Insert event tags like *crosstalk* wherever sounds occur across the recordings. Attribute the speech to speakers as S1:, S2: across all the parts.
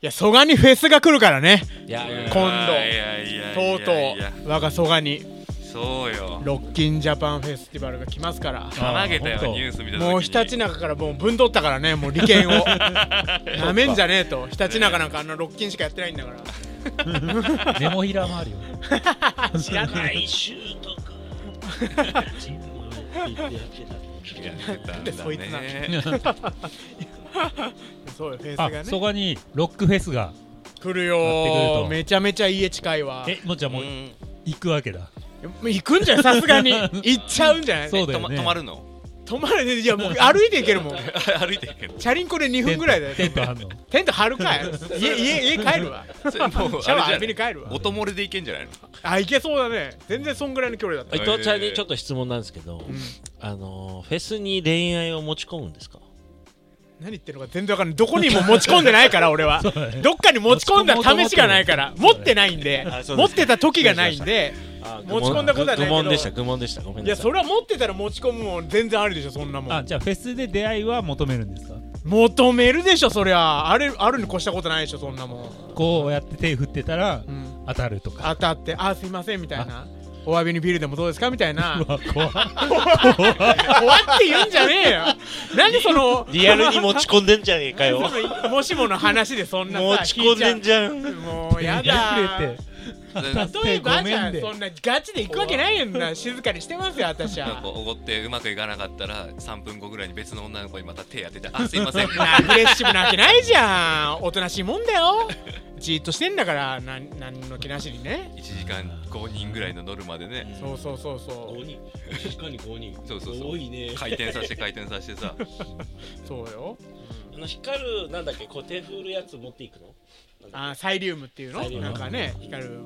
S1: や蘇我にフェスが来るからね
S2: いや
S1: 今度とうとう我が蘇我に
S2: うそうよ
S1: ロッキンジャパンフェスティバルが来ますから
S2: 鼻毛だよ
S3: あーほんと
S2: ニュース見た時に
S1: もうひたちなかからもうぶんどったからねもう利権
S3: *laughs*
S1: をなめんじゃねえとひたちなかなんかあのロッキンしかやってないんだから
S3: ネモヒラもあるよ
S1: *laughs* 知らない
S2: やってたん
S1: でそいつな
S2: だ
S1: ん
S2: ね
S1: そうよフェ
S3: あ
S1: ス
S3: そ
S1: がね
S3: こにロックフェスが
S1: 来る
S3: やってくる
S1: よ
S3: と
S1: めちゃめちゃ家近いわ
S3: えもうじゃあもう
S2: うん
S3: 行くわけだ
S1: 行くんじゃないさすが
S3: *laughs*
S1: に行っちゃうんじゃない
S3: そうだ
S2: と
S3: よ
S2: ま
S3: ね
S2: 止まるの
S1: 泊まるいやもう歩いて行けるもん
S2: 歩いていける
S1: チャリンコで2分ぐらいだよ
S3: テントあんの
S1: テント張るかい
S3: *laughs*
S1: 家家家帰るわ
S2: それもう
S1: シャ
S2: あ
S1: ワ
S2: れ
S1: ー
S2: じゃ
S1: 浴
S2: な
S1: びに
S2: い
S1: 帰るわ
S2: 音漏れでいけんじゃないの
S1: あ行けそうだね全然そんぐらいの距離だった
S4: 伊藤ちゃんにちょっと質問なんですけど、あのフェスに恋愛を持ち込むんですか
S1: 何言ってるのか全然わかんないどこにも持ち込んでないから俺は
S3: そうだね
S1: どっかに持ち込んだ試しがないから持
S3: 持ち込もうと思ってる
S1: ってないんで
S4: あそう
S1: 持っ
S4: です
S1: てた時がないんで持
S4: 持
S1: ち込んだことはないけど
S4: 愚問でした愚問でしたごめん
S1: い
S4: な
S1: や
S4: さい
S1: それは持ってたら持ち込むもん全然あるでしょそんなも
S3: あ
S1: ん
S3: じゃあフェスで出会いは求めるんですか
S1: 求めるでしょそりゃあれあるに越したことないでしょそんなもん、
S3: こうやって手振ってたら
S1: うん、
S3: 当たるとか
S1: 当たってあすいませんみたいなお詫びにビールでもどうですかみたい
S3: *laughs*
S1: な
S3: うわ怖っ
S1: 終わって言うんじゃねえよ何その
S4: リアルに持ち込んでんじゃねえ
S1: *laughs*
S4: かよ
S1: そのもしもの話でそんなさ
S4: 持ち込んでんじゃん
S1: 聞いちゃうもうやだ
S3: 手振れて
S1: 例えばじゃ
S3: ごめん
S1: ん
S3: で
S1: そんなガチで行くわけないやんな静かにしてますよ私
S2: なん
S1: は
S2: かおごってうまくいかなかったら3分後ぐらいに別の女の子にまた手当てて「あすいません」
S1: アグレッシブなわけないじゃんおとなしいもんだよじーっとしてんだからなん何の気なしにね
S2: 1時間5人ぐらいの乗るまでね
S1: そうそうそうそう
S4: 人確かに5人
S2: *laughs* そうそうそう
S4: 多いね
S2: 回転させて回転させてさ
S1: そうよ
S4: あの光るなんだっけこう手振るやつ持っていくの
S1: あサイリウムっていうの
S4: サイリウム
S1: なんかね光る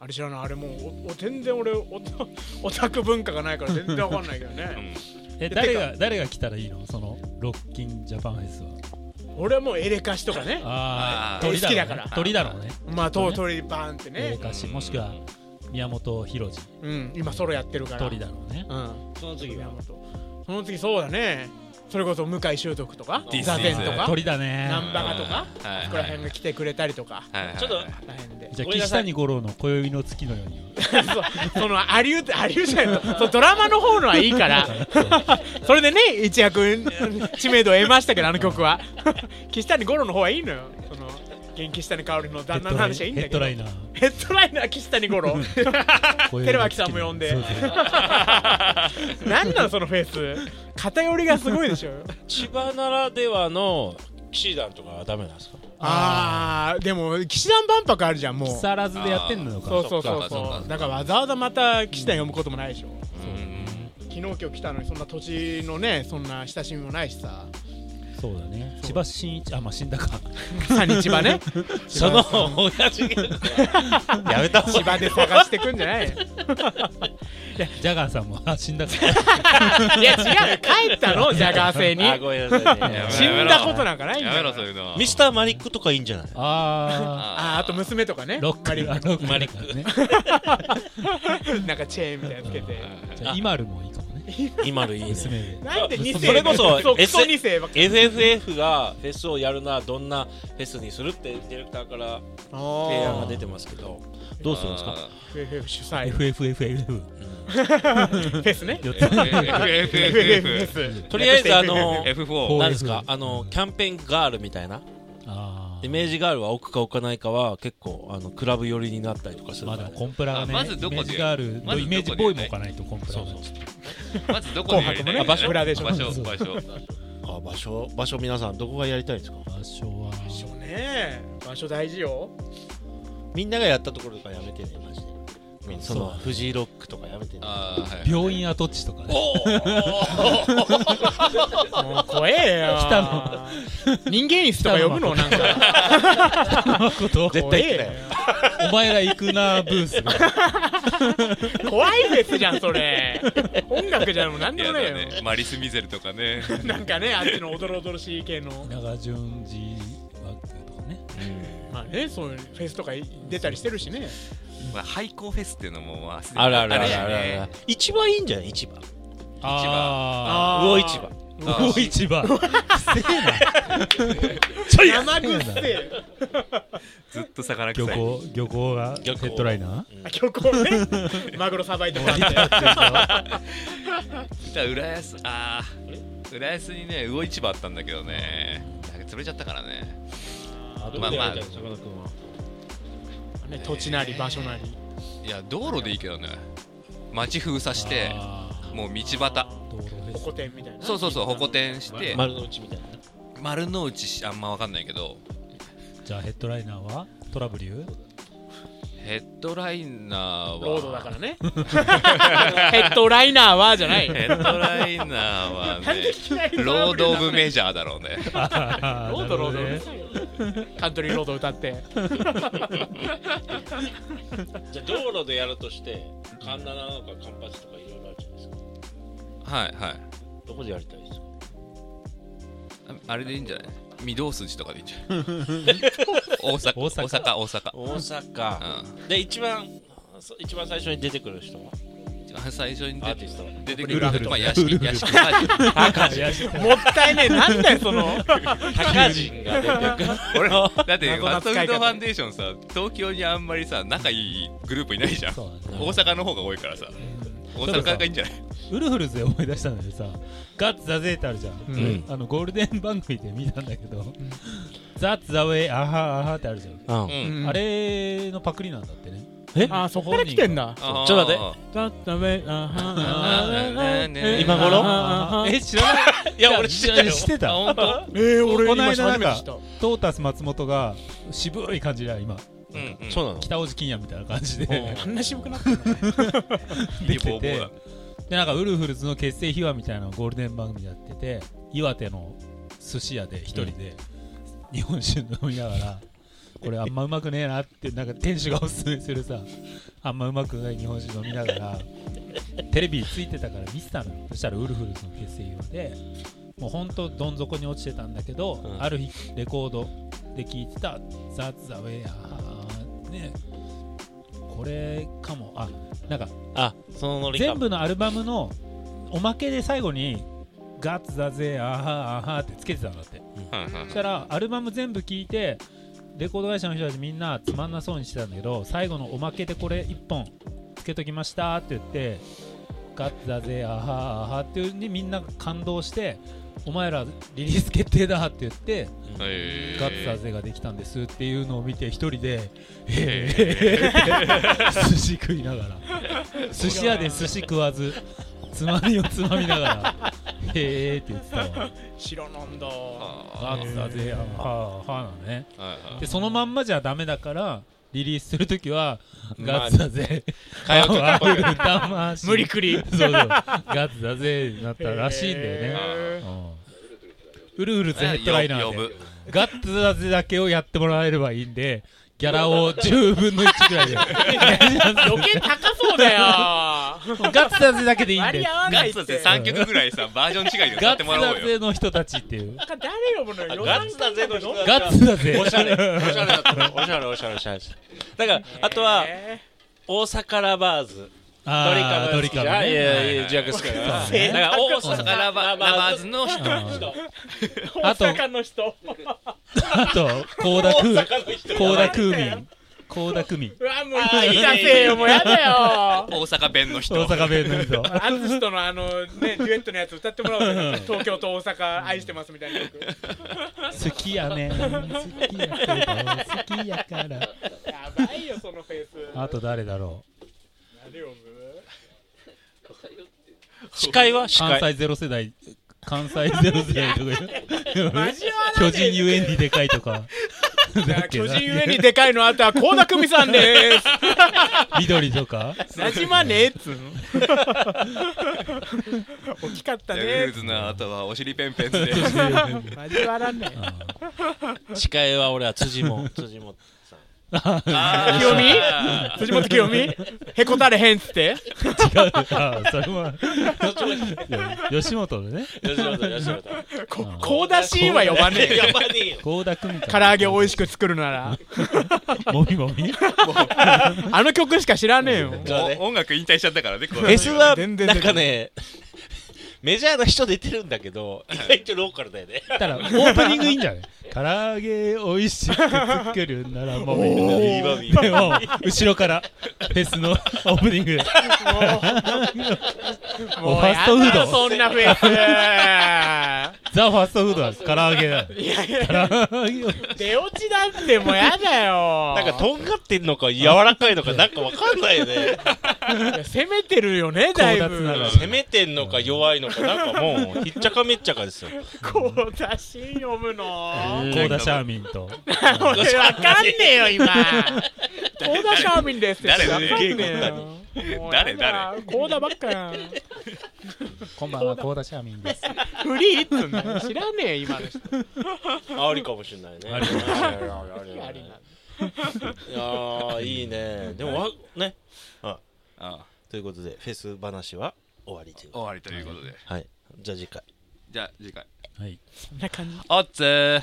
S1: あれ知らないあれもうおお全然俺オタオタク文化がないから全然わかんないけど
S2: う
S4: *laughs*
S1: ね
S2: ん
S3: *laughs* え誰が誰が来たらいいのそのロッキンジャパンフェスは
S1: 俺はもうエレカシとかね
S3: ああ
S1: あー
S3: 鳥
S1: 好
S3: だろうね
S1: きだから
S3: 鳥だろうね
S1: まあと鳥バーンってね
S3: 大しもしくは宮本浩次
S1: うん今ソロやってるから
S3: 鳥だろうね
S1: うん
S4: その次
S1: 宮
S4: は
S1: 本その次そうだねそれこそ向井修徳とか
S4: This is
S1: 座禅とか
S3: 鳥だね
S1: ナンバガとか
S2: うんはい
S1: そこら辺が来てくれたりとか
S2: はいはい
S4: ちょっと
S1: 大変で
S3: じゃあ
S4: ごめんな
S3: 岸
S4: さい
S3: 谷五郎の今宵の月のように
S1: *laughs* そそのアリューアリューじゃないとそうドラマの方のはいいから *laughs* それでね一躍知名度を得ましたけどあの曲は *laughs* 岸谷五郎の方はいいのよその元気下に香るの旦那の話はいいんだ
S3: ヘッ
S1: け
S3: ド
S1: ど
S3: ラ
S1: ヘ
S3: イナー
S1: ッドライナー岸谷五郎 *laughs*
S3: 今宵の月の
S1: 寺脇さんも呼んで
S3: *laughs* そうそう
S1: *laughs* 何なのそのフェース偏りがすごいでしょ
S4: 千葉ならではの騎士団とかはダメなんですか
S1: あーでも岸田万博あるじゃんもう
S3: 木更津でやってんのか
S1: そうそうそう
S2: そっかそっ
S1: そ
S2: か
S1: うだからわざわざまた岸田読むこともないでしょ、
S2: うん
S1: 昨日今日来たのにそんな土地のねそんな親しみもないしさ
S3: そうだね千葉真一あまあ死ん
S1: *laughs*
S3: だか
S1: 三日場ね
S4: その親父
S1: *laughs*
S4: がやめた
S1: 千葉で探してくんじゃないよ
S3: ジャガーさんもあ
S1: *laughs*
S3: 死んだか
S1: いや違う帰ったのジャガー星
S4: あ
S1: に
S4: ごめんなさいね
S2: やめろ
S1: 死んだことなんかないん
S2: や
S1: だから
S2: めろそういうの
S4: ミスターマリックとかいいんじゃない
S1: あ
S3: あ
S1: ーあと娘とかね
S3: ーロックあロックだからね
S1: なんかチェーンみたいなのつけて
S3: じゃあイマルもいいかもね
S4: 今のいいね
S3: 娘で
S1: なんで2世
S4: それこそ
S1: そうクソ
S4: S-
S1: 2世ばっか
S4: FFF がフェスをやるならどんなフェスにするってディレクターから提案が出てますけどどうするんですか
S1: FF 主催フ
S3: FFFFF
S1: ェスね
S3: 四つ
S2: FFFF
S1: FF
S4: とりあえずあの
S2: F4
S4: 何ですかあのキャンペーンガールみたいな
S3: あ
S4: イメージガールは置くか置かないかは結構あのクラブ寄りになったりとか
S3: ー
S4: する
S3: ま
S4: か
S3: あでも
S4: ら
S3: コンプラがね
S2: あまず
S3: イ
S2: どこ
S3: メ
S2: で
S3: ージガール
S2: ま
S3: の
S2: ずどこで
S3: イメージボーイも置かないとコンプラ
S4: そう
S3: が
S4: そう
S2: まずどこでやりた
S1: 紅白も
S2: い
S1: ねあ場所裏でしょ
S2: 場所
S1: *laughs*
S2: 場所
S4: あ場所場所皆さんどこがやりたいんですか
S3: 場所は
S1: 場所ね場所大事よ
S4: みんながやったところとかやめてねマジでその
S3: そう
S4: フジロックとかやめてね
S2: あーはい
S3: 病院跡地とかね
S1: もう怖えよ
S3: 来たの
S1: 人間椅子とか呼ぶのなんか
S3: こと
S4: 絶対来たよ
S3: お前ら行くなブースが
S1: 怖えよ怖いですじゃんそ *laughs* れ音楽じゃもう何で
S2: や
S1: もない
S2: だ
S1: よ、
S2: ねマリス・ミゼルとか
S1: *laughs*
S2: ね
S1: なんかねあっちのおどろおどろしい系の
S3: 長順次ワークとかね
S1: まあねそういうフェスとか出たりしてるしね
S2: まあ廃校フェスっていうのもまあすでに
S4: あるあるある
S2: よ
S4: あるあ
S2: ね
S4: る一番いいんじゃない一番
S3: あ
S1: あー
S4: 魚市場
S2: あ
S3: 魚市場くせえな
S1: 生臭い
S2: ずっと魚
S3: 漁
S2: 臭い
S3: 港漁港がヘ
S4: 漁港
S3: ッドライ
S1: あ
S3: ナ
S1: 漁港 *laughs* ねマグロさばいてもらって
S2: じゃあ浦安あー浦安にね魚市場あったんだけどねなんか潰れちゃったからね
S3: ー
S4: ど
S2: まあ
S4: こで
S2: ま
S4: や
S2: あ
S4: りたいの坂田君は
S1: ね土地なり場所なり
S2: いや道路でいいけどね街封鎖して
S3: あ
S2: もう道端
S3: ー道路フェ
S1: ホ
S3: ス
S1: コ天みたいな
S2: そうそうそうホコ天して
S4: 丸の内みたいな
S2: 丸の内しあんま分かんないけど
S3: じゃあヘッドライナーはトラブリュー
S2: ヘッドライナーは
S1: ロードだからね *laughs* ヘッドライナーはじゃない
S2: ヘッドライナーは
S1: *laughs* なんで
S2: ね
S1: 聞きなりの
S2: *laughs* ロード・オブ・メジャーだろう
S3: *laughs*
S2: ね
S3: あ
S1: ロードロードう
S3: な
S1: る
S3: るほどね
S1: さいよカントリーロード歌って
S4: じゃあ道路でやるとして環七なのか環八とかいろいろあるじゃないですか
S2: はいはい
S4: どこでやりたいですか
S2: ああれでいいんじゃない御堂筋とかでいいんじゃ
S3: *laughs*
S2: ない大阪
S3: 大
S2: 大
S3: 阪
S2: 阪大阪
S4: 大阪で一番そ一番最初に出てくる人は
S2: うん一番最初に出
S4: アー
S2: て
S4: ティストは
S2: 出てく
S3: ウルフル
S2: るまあ屋敷屋敷まあ
S4: 高
S3: いや知ってる
S1: もったいねえなんだよその
S4: 高人が出てくる
S3: *laughs*
S2: 俺だっ
S1: 謎
S2: てファ
S1: の
S2: ストフ
S1: 使
S2: ー
S1: い
S2: ド
S1: 方
S2: ファンデーションさ東京にあんまりさ仲いいグループいないじゃん
S3: そうなんだ
S2: 大阪の方が多いからさ大
S3: そうだ
S2: 阪がいいんじゃない
S3: ウルフルズで思い出したんだけどさガッツ・ザ・ゼーってあるじゃん、
S2: ん
S3: あのゴールデン番組で見たんだけど、ザ・ザ・ウェイアハアハってあるじゃん、
S4: うん
S2: う
S1: うんん
S3: あれのパクリなんだってね
S1: あそこから来てんだ
S2: あー
S4: ちょっと待って
S1: だっためあ
S2: あー
S4: 今頃
S1: あーあーあー
S3: え知らない
S4: いや俺知ってたよ
S3: 知って
S2: あ
S3: た
S2: 本当
S1: えー俺
S3: この間
S1: 今初めて
S3: なん
S1: 知った
S3: トータス松本が渋い感じだよ今
S2: うんうん
S4: そうなの
S3: 北大路欣也みたいな感じで
S1: うんあんな渋くなったの
S2: いい
S3: でき
S2: 方
S3: て
S2: 法だ
S3: てでなんかウルフルズの結成秘話みたいなのをゴールデン番組でやってて岩手の寿司屋で一人で日本酒飲みながら、これあんまうまくねえなってなんか店主がおすすめするさあんまうまくない日本酒飲みながらテレビについてたから見てたのよそしたらウルフルズの結成秘話でもうほんとどん底に落ちてたんだけど、
S4: うん
S3: ある日レコードで聴いてた「ザ・ザ・ウェア」ねこれかもあなんか
S4: あそのノリか
S3: 全部のアルバムのおまけで最後に「ガッツだぜあーはーあーはー」ってつけてたんだって
S2: うんうん
S3: そしたらアルバム全部聴いてレコード会社の人たちみんなつまんなそうにしてたんだけど最後のおまけでこれ1本つけときましたって言って「ガッツだぜあーはーあーはー」っていうにみんなが感動して「お前らリリース決定だ」って言って「
S2: へー
S3: ガッツだぜ」ができたんですっていうのを見て一人で「へ
S2: へ
S3: え」寿司食いながら寿司屋で寿司食わずつまみをつまみながらへえって言ってたわ
S1: 白飲んだ
S2: あ
S3: あったぜあはあはあなのね
S2: ーはいはい
S3: でそのまんまじゃダメだからリリースするときは
S4: まあ
S3: ガッツだぜ
S4: 変えようと
S3: あわる魂
S1: 無理くり
S3: そうそうガッツだぜになったらしいんだよね
S1: へー
S3: うんウルウルズヘッドライナ
S2: よ
S3: ー
S2: 呼
S3: で
S2: ぶ
S3: ガッツだぜだけをやってもらえればいいんでギャラを10分の1くらいで *laughs*
S1: 余計高そうだよ
S3: ガッツだぜだけでいいん
S1: 割
S3: で
S1: り合わ
S2: ガ
S1: *laughs* ない
S2: ッ
S1: って
S2: ツって3曲ぐらい
S3: *laughs*
S2: さバージョン違いで歌
S3: ガッ
S2: って
S3: ツ
S2: もらお
S3: だ
S2: うよ
S3: ぜの人たちっていう。
S1: 誰呼ぶのよ
S4: ガッツだぜの人
S1: 予算感覚
S3: ガッツだぜ。
S4: おしゃれおしゃれだったおしゃれおしゃれおしゃれだからあとは
S1: え
S4: 大阪ラバーズ
S3: あードリカム
S4: い
S3: ね。
S4: やいやいやジャックスカ
S3: そう
S4: だ
S3: ね
S4: から大
S2: 大阪
S4: 阪ラ
S2: ラ
S4: バ
S2: バ
S4: ー
S2: ー
S4: ズ
S2: ズの人
S3: *laughs* うん
S1: ー
S3: あと
S1: 大阪の人
S3: あと、高田空、高田空
S1: やばい
S3: 民、高田空民、
S1: うわもう
S4: あー
S1: 言い出せよもうやだよ
S2: 大阪弁の人
S3: 大阪弁の人。
S1: アンズとのあのねデュエットのやつ歌ってもらおうよ東京と大阪愛してますみたいな曲
S3: 好きやね。好きやけど、好きやから。
S1: やばいよそのフェイス
S3: あと誰だろ
S1: 誰呼ぶ
S4: 司会は
S3: う。
S4: 司
S3: 関
S4: 会
S3: 西ゼロ世代、関西ゼロ世代とか。
S1: 交わら
S3: 巨
S1: ね
S3: 人ゆえにでかいとか。
S1: じゃ
S3: だ
S1: あ
S3: っけ
S1: 巨
S3: な
S1: 人ゆえにでかいのあとは倖田來未さんで
S3: 緑とか。
S1: すなじまねえっつうの *laughs* 大きかった
S2: ジ
S1: ね
S2: ャグーズの後はお尻ペンペンズで
S1: 交わらんねえ
S4: 司会は俺は辻 *laughs* も辻もさん
S2: あー
S1: 清美藤本清美へこたれへんっつって
S3: 違う。あーそれは。吉本でね。
S4: 吉本吉本
S1: こ
S3: うん
S1: 倖田シーンは呼ばねえよ
S4: やばねえよ
S3: 高田久美
S1: 唐揚げ美味
S3: し
S1: しく作るなら
S3: *laughs* もみもみ
S1: あの曲しか知らねえよ
S4: そうね
S2: お音楽引退しちゃったからねこ
S4: フ
S2: の
S4: ェスは
S1: 全然
S4: なんかねメジャーな人出てるんだけど、意外とローカルだよね。
S3: たらオープニングいいんじゃない唐揚げ美味しく作るならもうみんな
S4: ビーバービーバー
S3: でも後ろからフェスの *laughs* オープニングで
S1: もう
S3: ファストフード
S1: やだそんなフェス
S3: ザ・ファストフードは唐揚げだ
S1: いやいや
S3: 唐揚げを
S1: 出落ちだってもうやだよ
S4: なんかとんがってんのか柔らかいのかなんかわかんないよ *laughs* ね。
S1: いや攻めてるよねだいぶ
S3: 強奪ながら
S4: 攻めてんのか弱いのかなんかもうひっちゃかめっちゃかですよ。
S1: こうだし読むの
S3: コーダシャーミンと
S1: 俺 *laughs* わかんねえよ今コーダシャーミンですって
S2: 誰
S1: わかんね
S4: 誰
S1: えよ
S2: 誰誰
S1: コーダばっかやん
S3: こんばんはコーダシャーミンです
S1: フリーっつうんだよ知らねえ今の人
S4: ありかもしれないね。
S3: ありかもし
S4: れない。
S1: ありなんだ
S4: いやーいいね。でもわね
S2: あ
S4: ということでフェス話は終わりという
S2: 終。わりということで
S4: はい。じゃあ次回。
S2: じゃあ次回
S3: はい
S1: そんな感じ
S2: おっつー